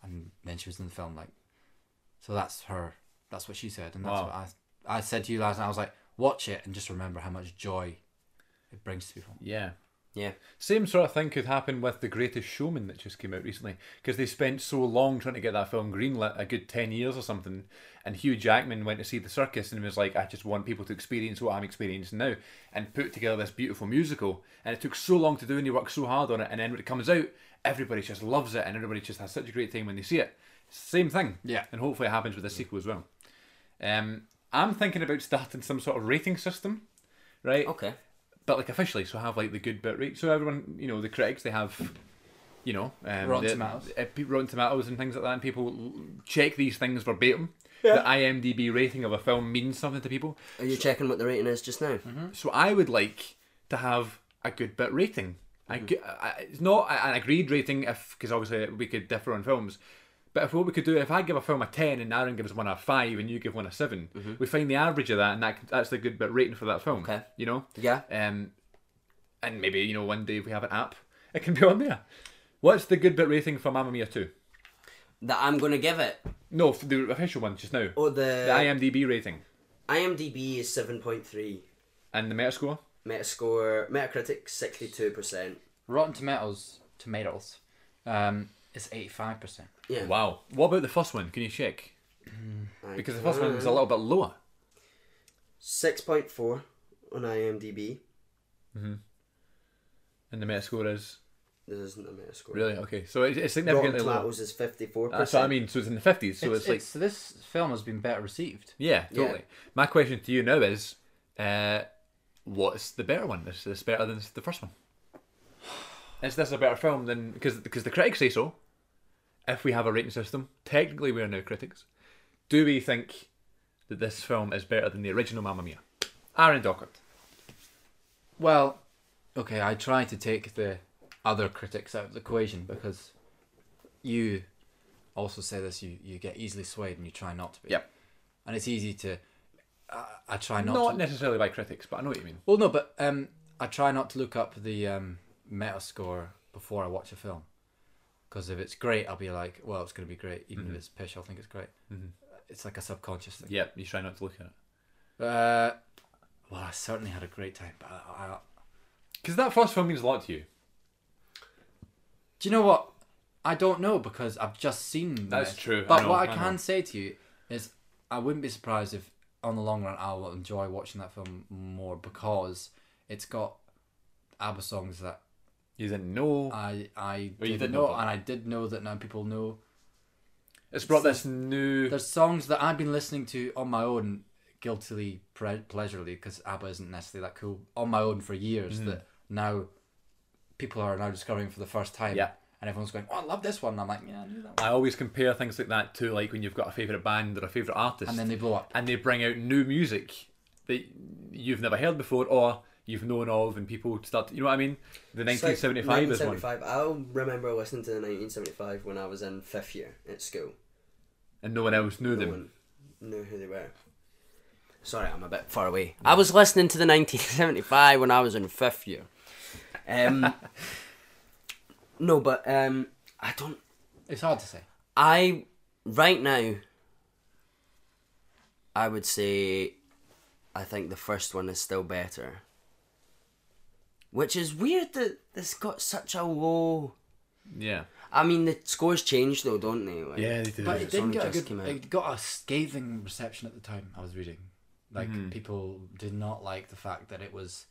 and then she was in the film like. So that's her. That's what she said, and that's Wow. what I I said to you last night. I was like, watch it and just remember how much joy it brings to people. Yeah. yeah, Same sort of thing could happen with The Greatest Showman that just came out recently because they spent so long trying to get that film greenlit, a good 10 years or something. And Hugh Jackman went to see the circus and was like, I just want people to experience what I'm experiencing now and put together this beautiful musical. And it took so long to do and he worked so hard on it. And then when it comes out, everybody just loves it and everybody just has such a great time when they see it. Same thing. Yeah. And hopefully it happens with the sequel as well. Um, I'm thinking about starting some sort of rating system, right? okay. but like officially, so have like the good bit rate. So everyone, you know, the critics they have, you know, um, Rotten the- Tomatoes. uh, pe- Rotten Tomatoes and things like that, and people l- check these things verbatim. The IMDb rating of a film means something to people. Are you checking what the rating is just now? So I would like to have a good bit rating. Mm-hmm. A gu- I, it's not a- an agreed rating, if because obviously we could differ on films. But if what we could do, if I give a film a ten and Aaron gives one a five and you give one a 7 we find the average of that, and that that's the good bit rating for that film. Mm-hmm. Okay. You know. Yeah. Um, and maybe you know one day if we have an app, it can be on there. What's the good bit rating for Mamma Mia Two? that I'm gonna give it. No, for the official one just now. Oh, The IMDb rating IMDb is seven point three. and the Metascore. Metascore, Metacritic, sixty-two percent. Rotten Tomatoes, tomatoes, um, is eighty five percent. Yeah. Wow. What about the first one? Can you check? Because the first one was a little bit lower. six point four on IMDb. And the Metascore is This isn't a Metascore. really okay. So it's, it's Rotten significantly lower. Tomatoes is fifty-four That's what I percent. mean. So it's in the fifties. So So it's, it's, like it's- this film has been better received. yeah, Yeah. totally. My question to you now is, uh, what's the better one? Is this better than the first one? Is this a better film than because because the critics say so? If we have a rating system, technically we are now critics. Do we think that this film is better than the original Mamma Mia? Aaron Dockert. Well, okay, I try to take the other critics out of the equation because you also say this. You you get easily swayed and you try not to be. Yep. And it's easy to. I I try Not, not. to, necessarily by critics, but I know what you mean. Well, no, but um, I try not to look up the um, Metascore before I watch a film, because if it's great, I'll be like, well, it's going to be great, even Mm-hmm. if it's pish, I'll think it's great. It's like a subconscious thing. Yeah, you try not to look at it. Uh, well, I certainly had a great time, but I, I, Because that first film means a lot to you. do you know what? I don't know because I've just seen. the That's Metas- true, I But know, what I, I know. can say to you is, I wouldn't be surprised if, on the long run, I will enjoy watching that film more because it's got ABBA songs that You didn't know. I I Well, you did didn't know, know that. and I did know that now people know. it's brought this new. There's songs that I've been listening to on my own, guiltily pre- pleasurely, because ABBA isn't necessarily that cool on my own for years. Mm-hmm. That now people are now discovering for the first time. Yeah. And everyone's going, "Oh, I love this one." And I'm like, "Yeah, I knew that." One. I always compare things like that to like when you've got a favorite band or a favorite artist, And then they blow up. and they bring out new music that you've never heard before or you've known of, and people start. To, you know what I mean? The 1975 is one, 1975. I'll remember listening to the 1975 when I was in fifth year at school. and no one else knew No them. one knew who they were. Sorry, I'm a bit far away. I was listening to the 1975 when I was in fifth year. Um, no, but um, I don't. It's hard to say. I right now. I would say, I think the first one is still better. Which is weird that this got such a low. Yeah, I mean, the scores change though, don't they? Like, they do. But it didn't only get a just good. came out. It got a scathing reception at the time. I was reading, like Mm-hmm. people did not like the fact that it was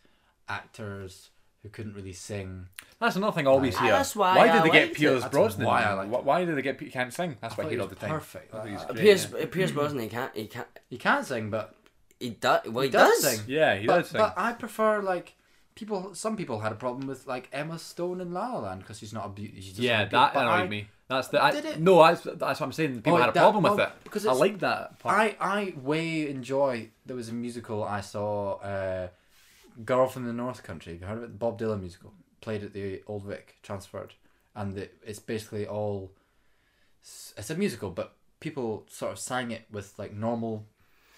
actors who couldn't really sing. that's another thing I always Ah, hear. that's why why did I they get liked it. Piers That's Brosnan? why I liked Why- why did they get He can't sing? That's what I thought I he hear all was the time. perfect. I thought he was Uh, great, Pierce, yeah. Pierce Brosnan, he can't, he can't, You can sing, but he does. Well, he, He does does. sing. Yeah, he but, does sing. but I prefer like people. Some people had a problem with like Emma Stone in La La Land because she's not a beauty. She doesn't yeah, have a beauty, that but annoyed I- me. That's the I, Did it? no. That's, that's what I'm saying. People Oh, had a that- problem with well, it because I it's- like that. Part. I I way enjoy. There was a musical I saw, uh, Girl from the North Country. Have you heard of it? The Bob Dylan musical played at the Old Vic, transferred, and it, it's basically all. s- It's a musical, but people sort of sang it with like normal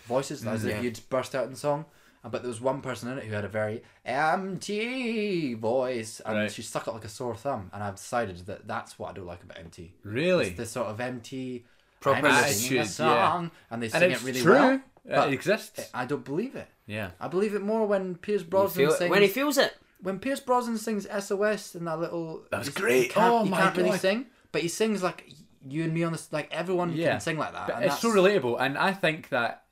voices, Mm, as if you'd burst out in song. Uh, But there was one person in it who had a very MT voice, and Right. she stuck it like a sore thumb. And I've decided that that's what I don't like about MT. really. It's this sort of empty Proper I'm attitude, singing a yeah. song, and they sing and it's it really true. well. it But exists. I don't believe it. yeah. I believe it more when Pierce You Brosnan feel it- sings when he feels it. when Pierce Brosnan sings SOS in that little That was he's- great. He can't, Oh he my can't really God. sing, but he sings like you and me on this. Like everyone Yeah. can sing like that. But and it's so that's- relatable, and I think that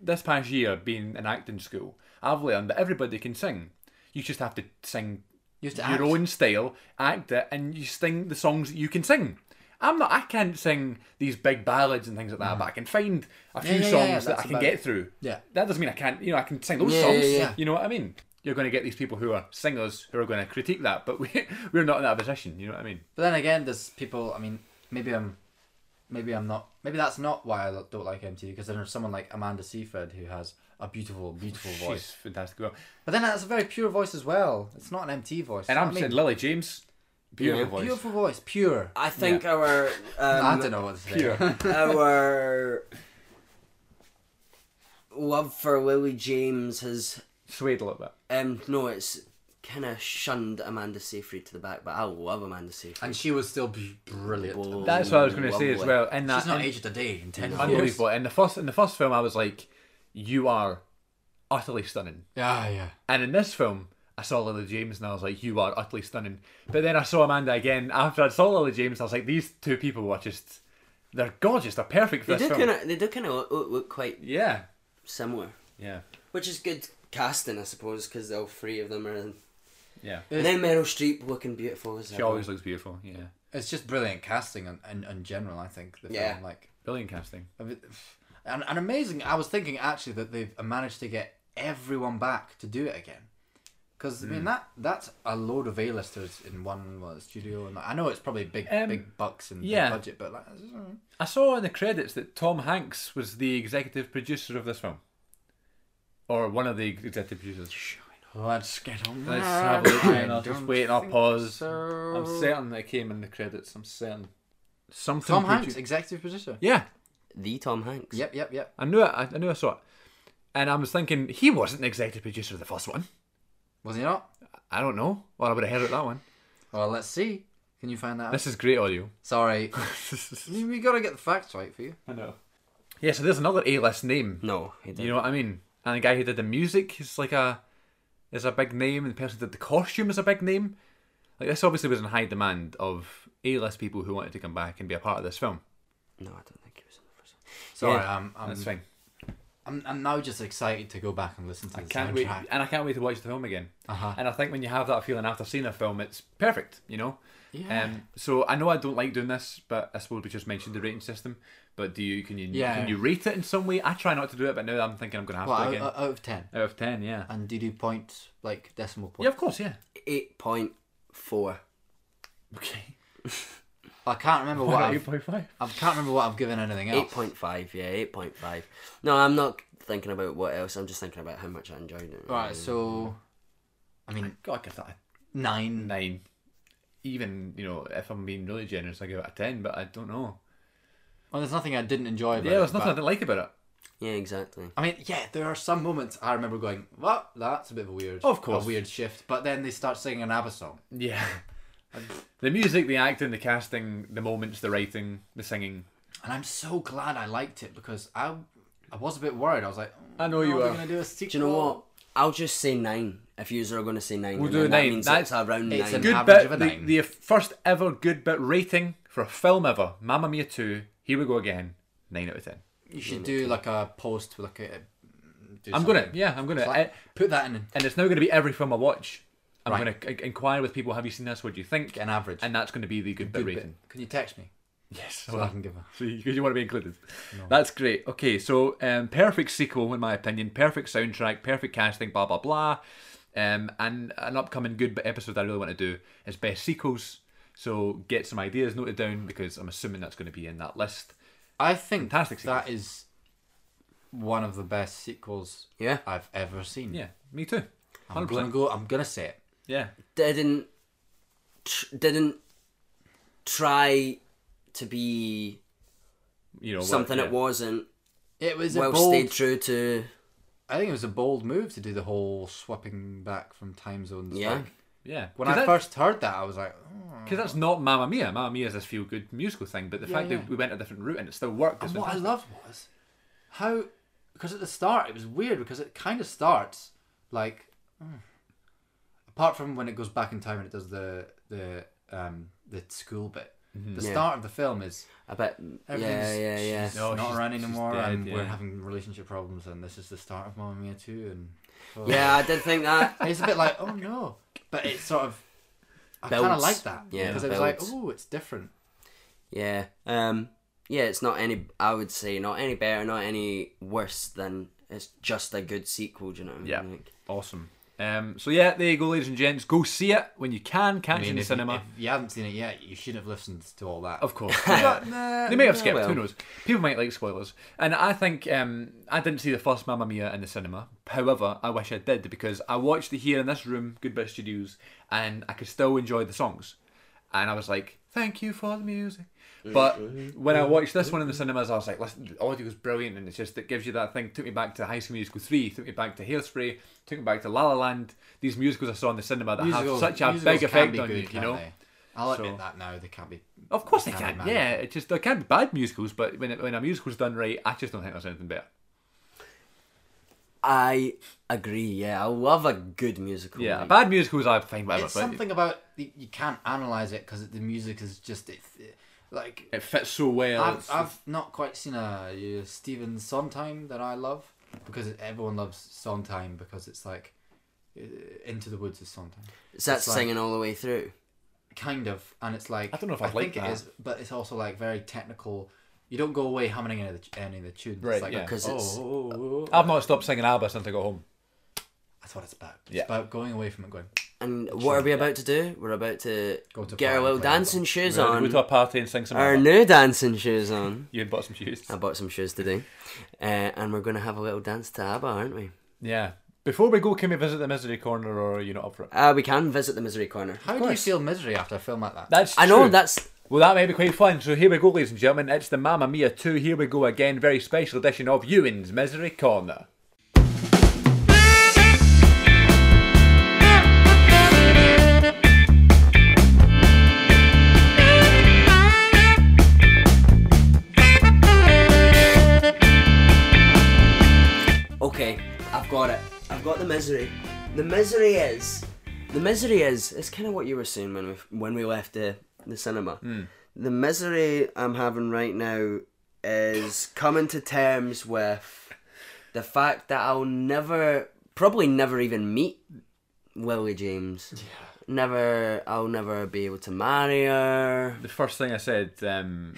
this past year, being in acting school, I've learned that everybody can sing. You just have to sing You have to your act. own style, act it, and you sing the songs that you can sing. I'm not. I can't sing these big ballads and things like that, but I can find a few Mm. yeah, yeah, songs yeah, that I that's can about get it. through. Yeah. That doesn't mean I can't. You know, I can sing those Yeah, songs. yeah, yeah. You know what I mean? You're going to get these people who are singers who are going to critique that, but we we're not in that position. You know what I mean? But then again, there's people. I mean, maybe I'm, maybe I'm not. Maybe that's not why I lo- don't like MT because then there's someone like Amanda Seyfried who has a beautiful, beautiful She's voice. fantastic. Well, But then that's a very pure voice as well. It's not an MT voice. And You know I'm what I mean? saying Lily James, beautiful Yeah. voice. Beautiful voice, pure. I think our I um, don't know what to say. Pure. our love for Lily James has Swayed a little bit. um no, it's kind of shunned Amanda Seyfried to the back, but I love Amanda Seyfried. And she was still b- brilliant. Whoa. That's what I was going to say as Lovely. well. In that, She's not in- aged a day in ten years. unbelievable. In the first, in the first film, I was like, "You are utterly stunning." Yeah, yeah. And in this film, I saw Lily James and I was like, "You are utterly stunning." But then I saw Amanda again after I saw Lily James. I was like, "These two people are just—they're gorgeous. They're perfect for They this do film." kind of they do kind of look, look quite Yeah, similar, yeah, which is good casting, I suppose, because all three of them are. In. yeah. And then Meryl Streep looking beautiful as She ever. always looks beautiful. Yeah, It's just brilliant casting in, in, in general. I think the Yeah. film like brilliant casting. I mean, and, and amazing. I was thinking actually that they've managed to get everyone back to do it again. Because I mean that that's a load of A-listers in one well, studio, and I know it's probably big Um, big bucks and yeah. big budget, but like, it's just, mm. I saw in the credits that Tom Hanks was the executive producer of this film, or one of the executive producers. let's get on. Let's have a look. I and I'll just don't wait and I'll think pause. so. I'm certain that it came in the credits. I'm certain. Something Tom produ- Hanks, executive producer. Yeah, The Tom Hanks. Yep, yep, yep. I knew it. I, I knew I saw it. And I was thinking he wasn't the executive producer of the first one. Was he not? I don't know. Well, I would have heard of that one. Well, let's see. Can you find that? out? This is great audio. Sorry, we gotta get the facts right for you. I know. Yeah, so there's another A-list name. No, he didn't. You know what I mean? And the guy who did the music is like a is a big name, and the person who did the costume is a big name. Like this obviously was in high demand of A-list people who wanted to come back and be a part of this film. no, I don't think he was in the first. Sorry, Yeah, I'm, I'm, That's fine. I'm, I'm now just excited to go back and listen to the Can't wait, soundtrack. and I can't wait to watch the film again. Uh-huh. And I think when you have that feeling after seeing a film, it's perfect, you know. Yeah. Um, so I know I don't like doing this, but I suppose we just mentioned the rating system. But do you can you Yeah. can you rate it in some way? I try not to do it, but now I'm thinking I'm going to have well, to out, again. out- out of ten, out of ten, yeah. and do you do points like decimal yeah, points? of course, yeah. Eight point four. Okay. I can't remember what, What I've, point five? I can't remember what I've given anything Eight else. point five. Yeah, eight point five. No, I'm not thinking about what else. I'm just thinking about how much I enjoyed it. Right, so I mean God, give that a nine. nine. Even you know, if I'm being really generous, I give it a ten. But I don't know. Well, there's nothing I didn't enjoy. About Yeah, there's it, nothing I but- didn't like about it. Yeah, exactly. I mean, yeah, there are some moments I remember going, "What? That's a bit of a weird, Of course. a weird shift." But then they start singing an ABBA song. Yeah. the music, the acting, the casting, the moments, the writing, the singing. And I'm so glad I liked it because I I was a bit worried. I was like, I know you are were. going to do a sequel. Do you know what? I'll just say nine. If you are going to say nine, We'll and do then nine. That means That's- it's around it's nine. an good average bit, of a nine. The, the first ever good bit rating for a film ever, Mamma Mia 2, here we go again, 9 out of 10. You should do like a post with like a. do I'm something. gonna, yeah, I'm gonna, Like, I- put that in and it's now gonna be every film I watch. I'm Right. gonna i- inquire with people, have you seen this, what do you think? an average. And that's gonna be the good, bit Good bit. rating. Can you text me? Yes, So I can give a. because you want to be included. That's great. Okay, so um, perfect sequel in my opinion, perfect soundtrack, perfect casting, blah blah blah, um, and an upcoming good bit episode I really want to do is best sequels. So get some ideas noted down because I'm assuming that's going to be in that list. I think Fantastic that is one of the best sequels Yeah. I've ever seen. Yeah, me too. I'm 100%. gonna go. I'm gonna say it. Yeah, didn't tr- didn't try to be you know what, something yeah. it wasn't. It was a Well, bold. stayed true to I think it was a bold move to do the whole swapping back from time zones. Yeah. like, Yeah, when 'Cause I that- first heard that, I was like, oh. Because that's not Mamma Mia. Mamma Mia is this feel good musical thing, but the Yeah, fact yeah. that we went a different route and it still worked. is And what I fantastic. loved was how, because at the start it was weird because it kind of starts like, mm, apart from when it goes back in time and it does the the um the school bit. The Yeah. start of the film is a bit. Yeah, everything's yeah, yeah. she's No, not she's- around she's anymore, dead, and we're yeah. having relationship problems, and this is the start of Mamma Mia too, and oh. Yeah, I did think that. And it's a bit like oh no, but it's sort of. I kind of Builds. like that Yeah, because it was like, builds. oh, it's different. Yeah. Um. Yeah, it's not any. I would say not any better, not any worse than. It's just a good sequel. Do you know? What I mean? Yeah. Like, awesome. Um, so yeah, there you go, ladies and gents. Go see it when you can. Catch it in the if, cinema. if you haven't seen it yet, you shouldn't have listened to all that. Of course. yeah. They may have skipped, well. who knows? People might like spoilers. And I think um, I didn't see the first Mamma Mia in the cinema. However, I wish I did because I watched it here in this room, Goodbye Studios, and I could still enjoy the songs. And I was like, thank you for the music. But when I watched this one in the cinemas, I was like, listen, the audio is brilliant, and it's just it gives you that thing. Took me back to High School Musical three, took me back to Hairspray, took me back to La La Land. These musicals I saw in the cinema that Musicals- have such a musicals big can effect be on good, you, you can't know. they? I'll So- admit that now. They can't be. Of course they Can't can. be bad. Yeah, it just there can be bad musicals, but when it, when a musical's done right, I just don't think there's anything better. I agree. Yeah, I love a good musical. Yeah, like- bad musicals I find whatever. It's but something about y- you can't analyze it because the music is just it, like it fits so well. I've, It's- I've not quite seen a uh, Stephen Sondheim that I love because everyone loves Sondheim because it's like uh, Into the Woods is Sondheim, Is that It's like- singing all the way through? kind of, and it's like I don't know if I'd like think it that. is, but it's also like very technical. You don't go away humming any of the any of the tunes, Right, It's like, yeah. Because oh, it's- oh, oh, oh. I've not stopped singing ABBA since I got home. that's what it's about. It's Yeah. about going away from it, going. And what are we about to do? We're about to, Go to get bar our and little play ABBA. dancing shoes We're gonna Go to a on. party and sing some. Our ABBA. new dancing shoes on. You had bought some shoes. I bought some shoes today. Uh, and we're going to have a little dance to ABBA, aren't we? Yeah. Before we go, can we visit the misery corner, or are you not up for it? Uh, we can visit the Misery Corner. How do you feel misery after a film like that? That's I know, true. that's Well, that might be quite fun. So here we go, ladies and gentlemen. It's the Mamma Mia 2. Here we go again. Very special edition of Ewan's Misery Corner. Okay, I've got it. I've got the misery. The misery is. The misery is. It's kind of what you were saying when we when we left the the cinema. Hmm. The misery I'm having right now is coming to terms with the fact that I'll never, probably never even meet Lily James. Never. I'll never be able to marry her. The first thing I said um,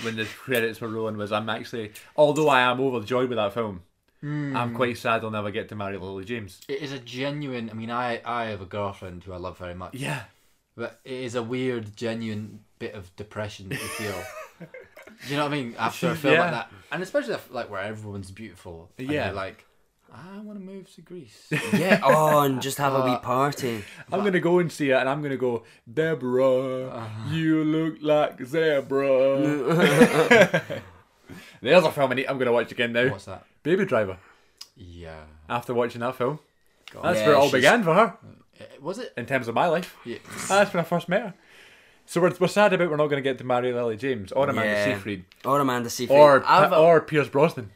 when the credits were rolling was I'm actually, although I am overjoyed with that film, I'm quite sad I'll never get to marry Lily James. it is a genuine. I mean, I I have a girlfriend who I love very much. Yeah. But it is a weird, genuine bit of depression that you feel. you know what I mean? After a film Yeah. like that, and especially if, like where everyone's beautiful. and Yeah. you're like I want to move to Greece. Yeah. Oh, and just have a Uh, wee party. I'm going to go and see it and I'm going to go, Deborah, you look like Zebra. There's a film I need, I'm going to watch again now. What's that? Baby Driver. Yeah. After watching that film, God. that's Yeah, where it all she's- began for her. Eh, Was it? in terms of my life. Yeah. That's when I first met her. So we're, we're sad about we're not going to get to marry Lily James or Amanda Yeah. Seyfried Or Amanda Seyfried. or uh, I have Pi- a- or Pierce Brosnan.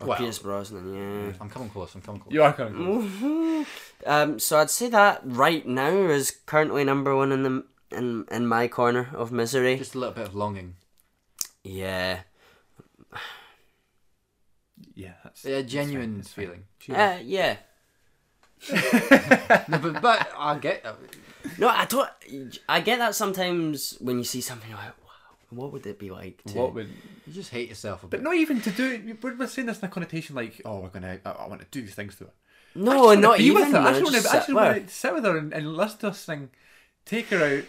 or Pierce Brosnan. Yeah. I'm coming close. I'm coming close. You are kind of cool. Um, so I'd say that right now is currently number one in the in in my corner of misery. Just a little bit of longing. Yeah. yeah. That's, A genuine feeling. Uh, yeah. no, but, but I get. uh, No, I don't. I get that sometimes when you see something you're like, wow, what would it be like? To... What would? You just hate yourself a bit. But not even to do. We're, we're saying this in a connotation like, oh, we're gonna. I, I want to do things to her. I No, just wanna not be even. With her. I man, just want to. I just sit want there. to sit with her and, and listen to us sing, take her out,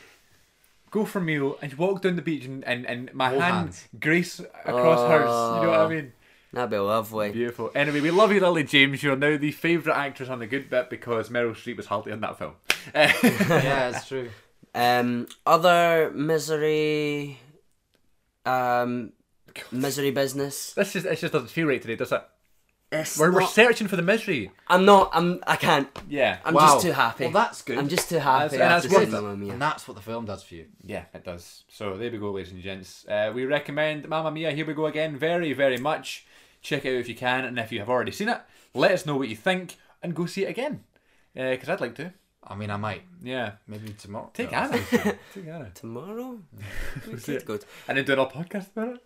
go for a meal, and walk down the beach and and, and my Hold hand hands. grace across hers. You know what I mean? That'd be lovely. Beautiful. Anyway, we love you, Lily James. You're now the favourite actress on the good bit because Meryl Streep was hardly in that film. Uh, yeah, it's true. Um, other misery. Um, misery business. This just it just doesn't feel right today, does it? It's We're, we're not- searching for the misery. I'm not. I'm. I can't. Yeah. I'm Wow. just too happy. Well, that's good. I'm just too happy. and after that's worth it. seeing Mamma Mia. And that's what the film does for you. Yeah, it does. So there we go, ladies and gents. Uh, we recommend Mamma Mia. Here we go again, very very much. Check it out if you can, and if you have already seen it, let us know what you think and go see it again. Because I'd like to. I mean, I might Yeah. maybe tomorrow. Take No. Anna. Take Anna. Tomorrow. We see could it. go And then do another podcast about it.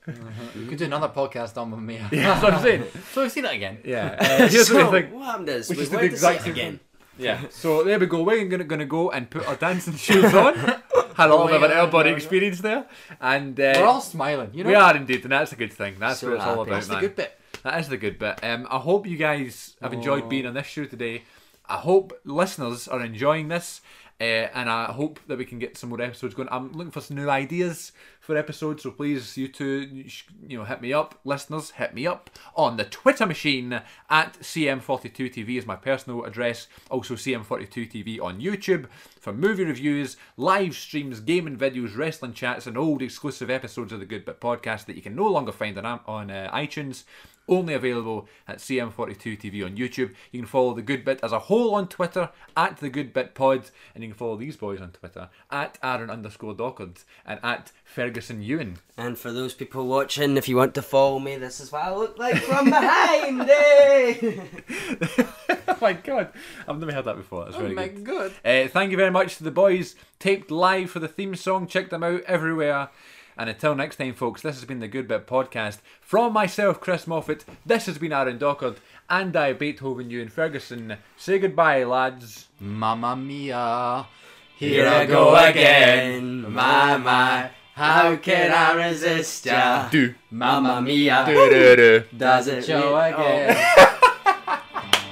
We could do another podcast on Mamma Mia. That's what I'm saying. So we've seen it again. Yeah. Uh, here's so, what we think. what happened is, Which we is the went to see exact it same again. Yeah, so there we go. We're gonna, gonna go and put our dancing shoes on. Had a little bit of an yeah, out body yeah. experience there, and uh, We're all smiling. You know, we are indeed, and that's a good thing. That's So what it's all happy. about, That's the man. good bit. That is the good bit. Um, I hope you guys have enjoyed being on this show today. I hope listeners are enjoying this. Uh, and I hope that we can get some more episodes going. I'm looking for some new ideas for episodes, so please, you two, you sh- you know, hit me up. Listeners, hit me up on the Twitter machine at CM42TV is my personal address. Also, CM42TV on YouTube for movie reviews, live streams, gaming videos, wrestling chats, and old exclusive episodes of the Good Bit podcast that you can no longer find on, on uh, iTunes only available at CM42TV on YouTube. You can follow The Good Bit as a whole on Twitter at The Good Bit Pod, and you can follow these boys on Twitter at Aaron underscore Dockard and at Ferguson Ewan. And for those people watching, if you want to follow me, this is what I look like from behind. eh? oh my god, I've never heard that before. That's very good. god. Uh, thank you very much to the boys taped live for the theme song. Check them out everywhere. And until next time, folks, this has been the Good Bit Podcast. From myself, Chris Moffat, this has been Aaron Dockard, and I, Beethoven, you, and Ferguson. Say goodbye, lads. Mamma mia. Here I go again. My, my, how can I resist ya? Do. Mamma mia. Does it Joe re- again. Oh,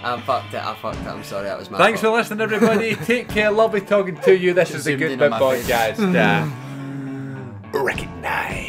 I fucked it. I fucked it. I'm sorry. That was my Thanks for fault. listening, everybody. Take care. Lovely talking to you. This is the zoomed Good in Bit on my face. Podcast. Uh, recognize.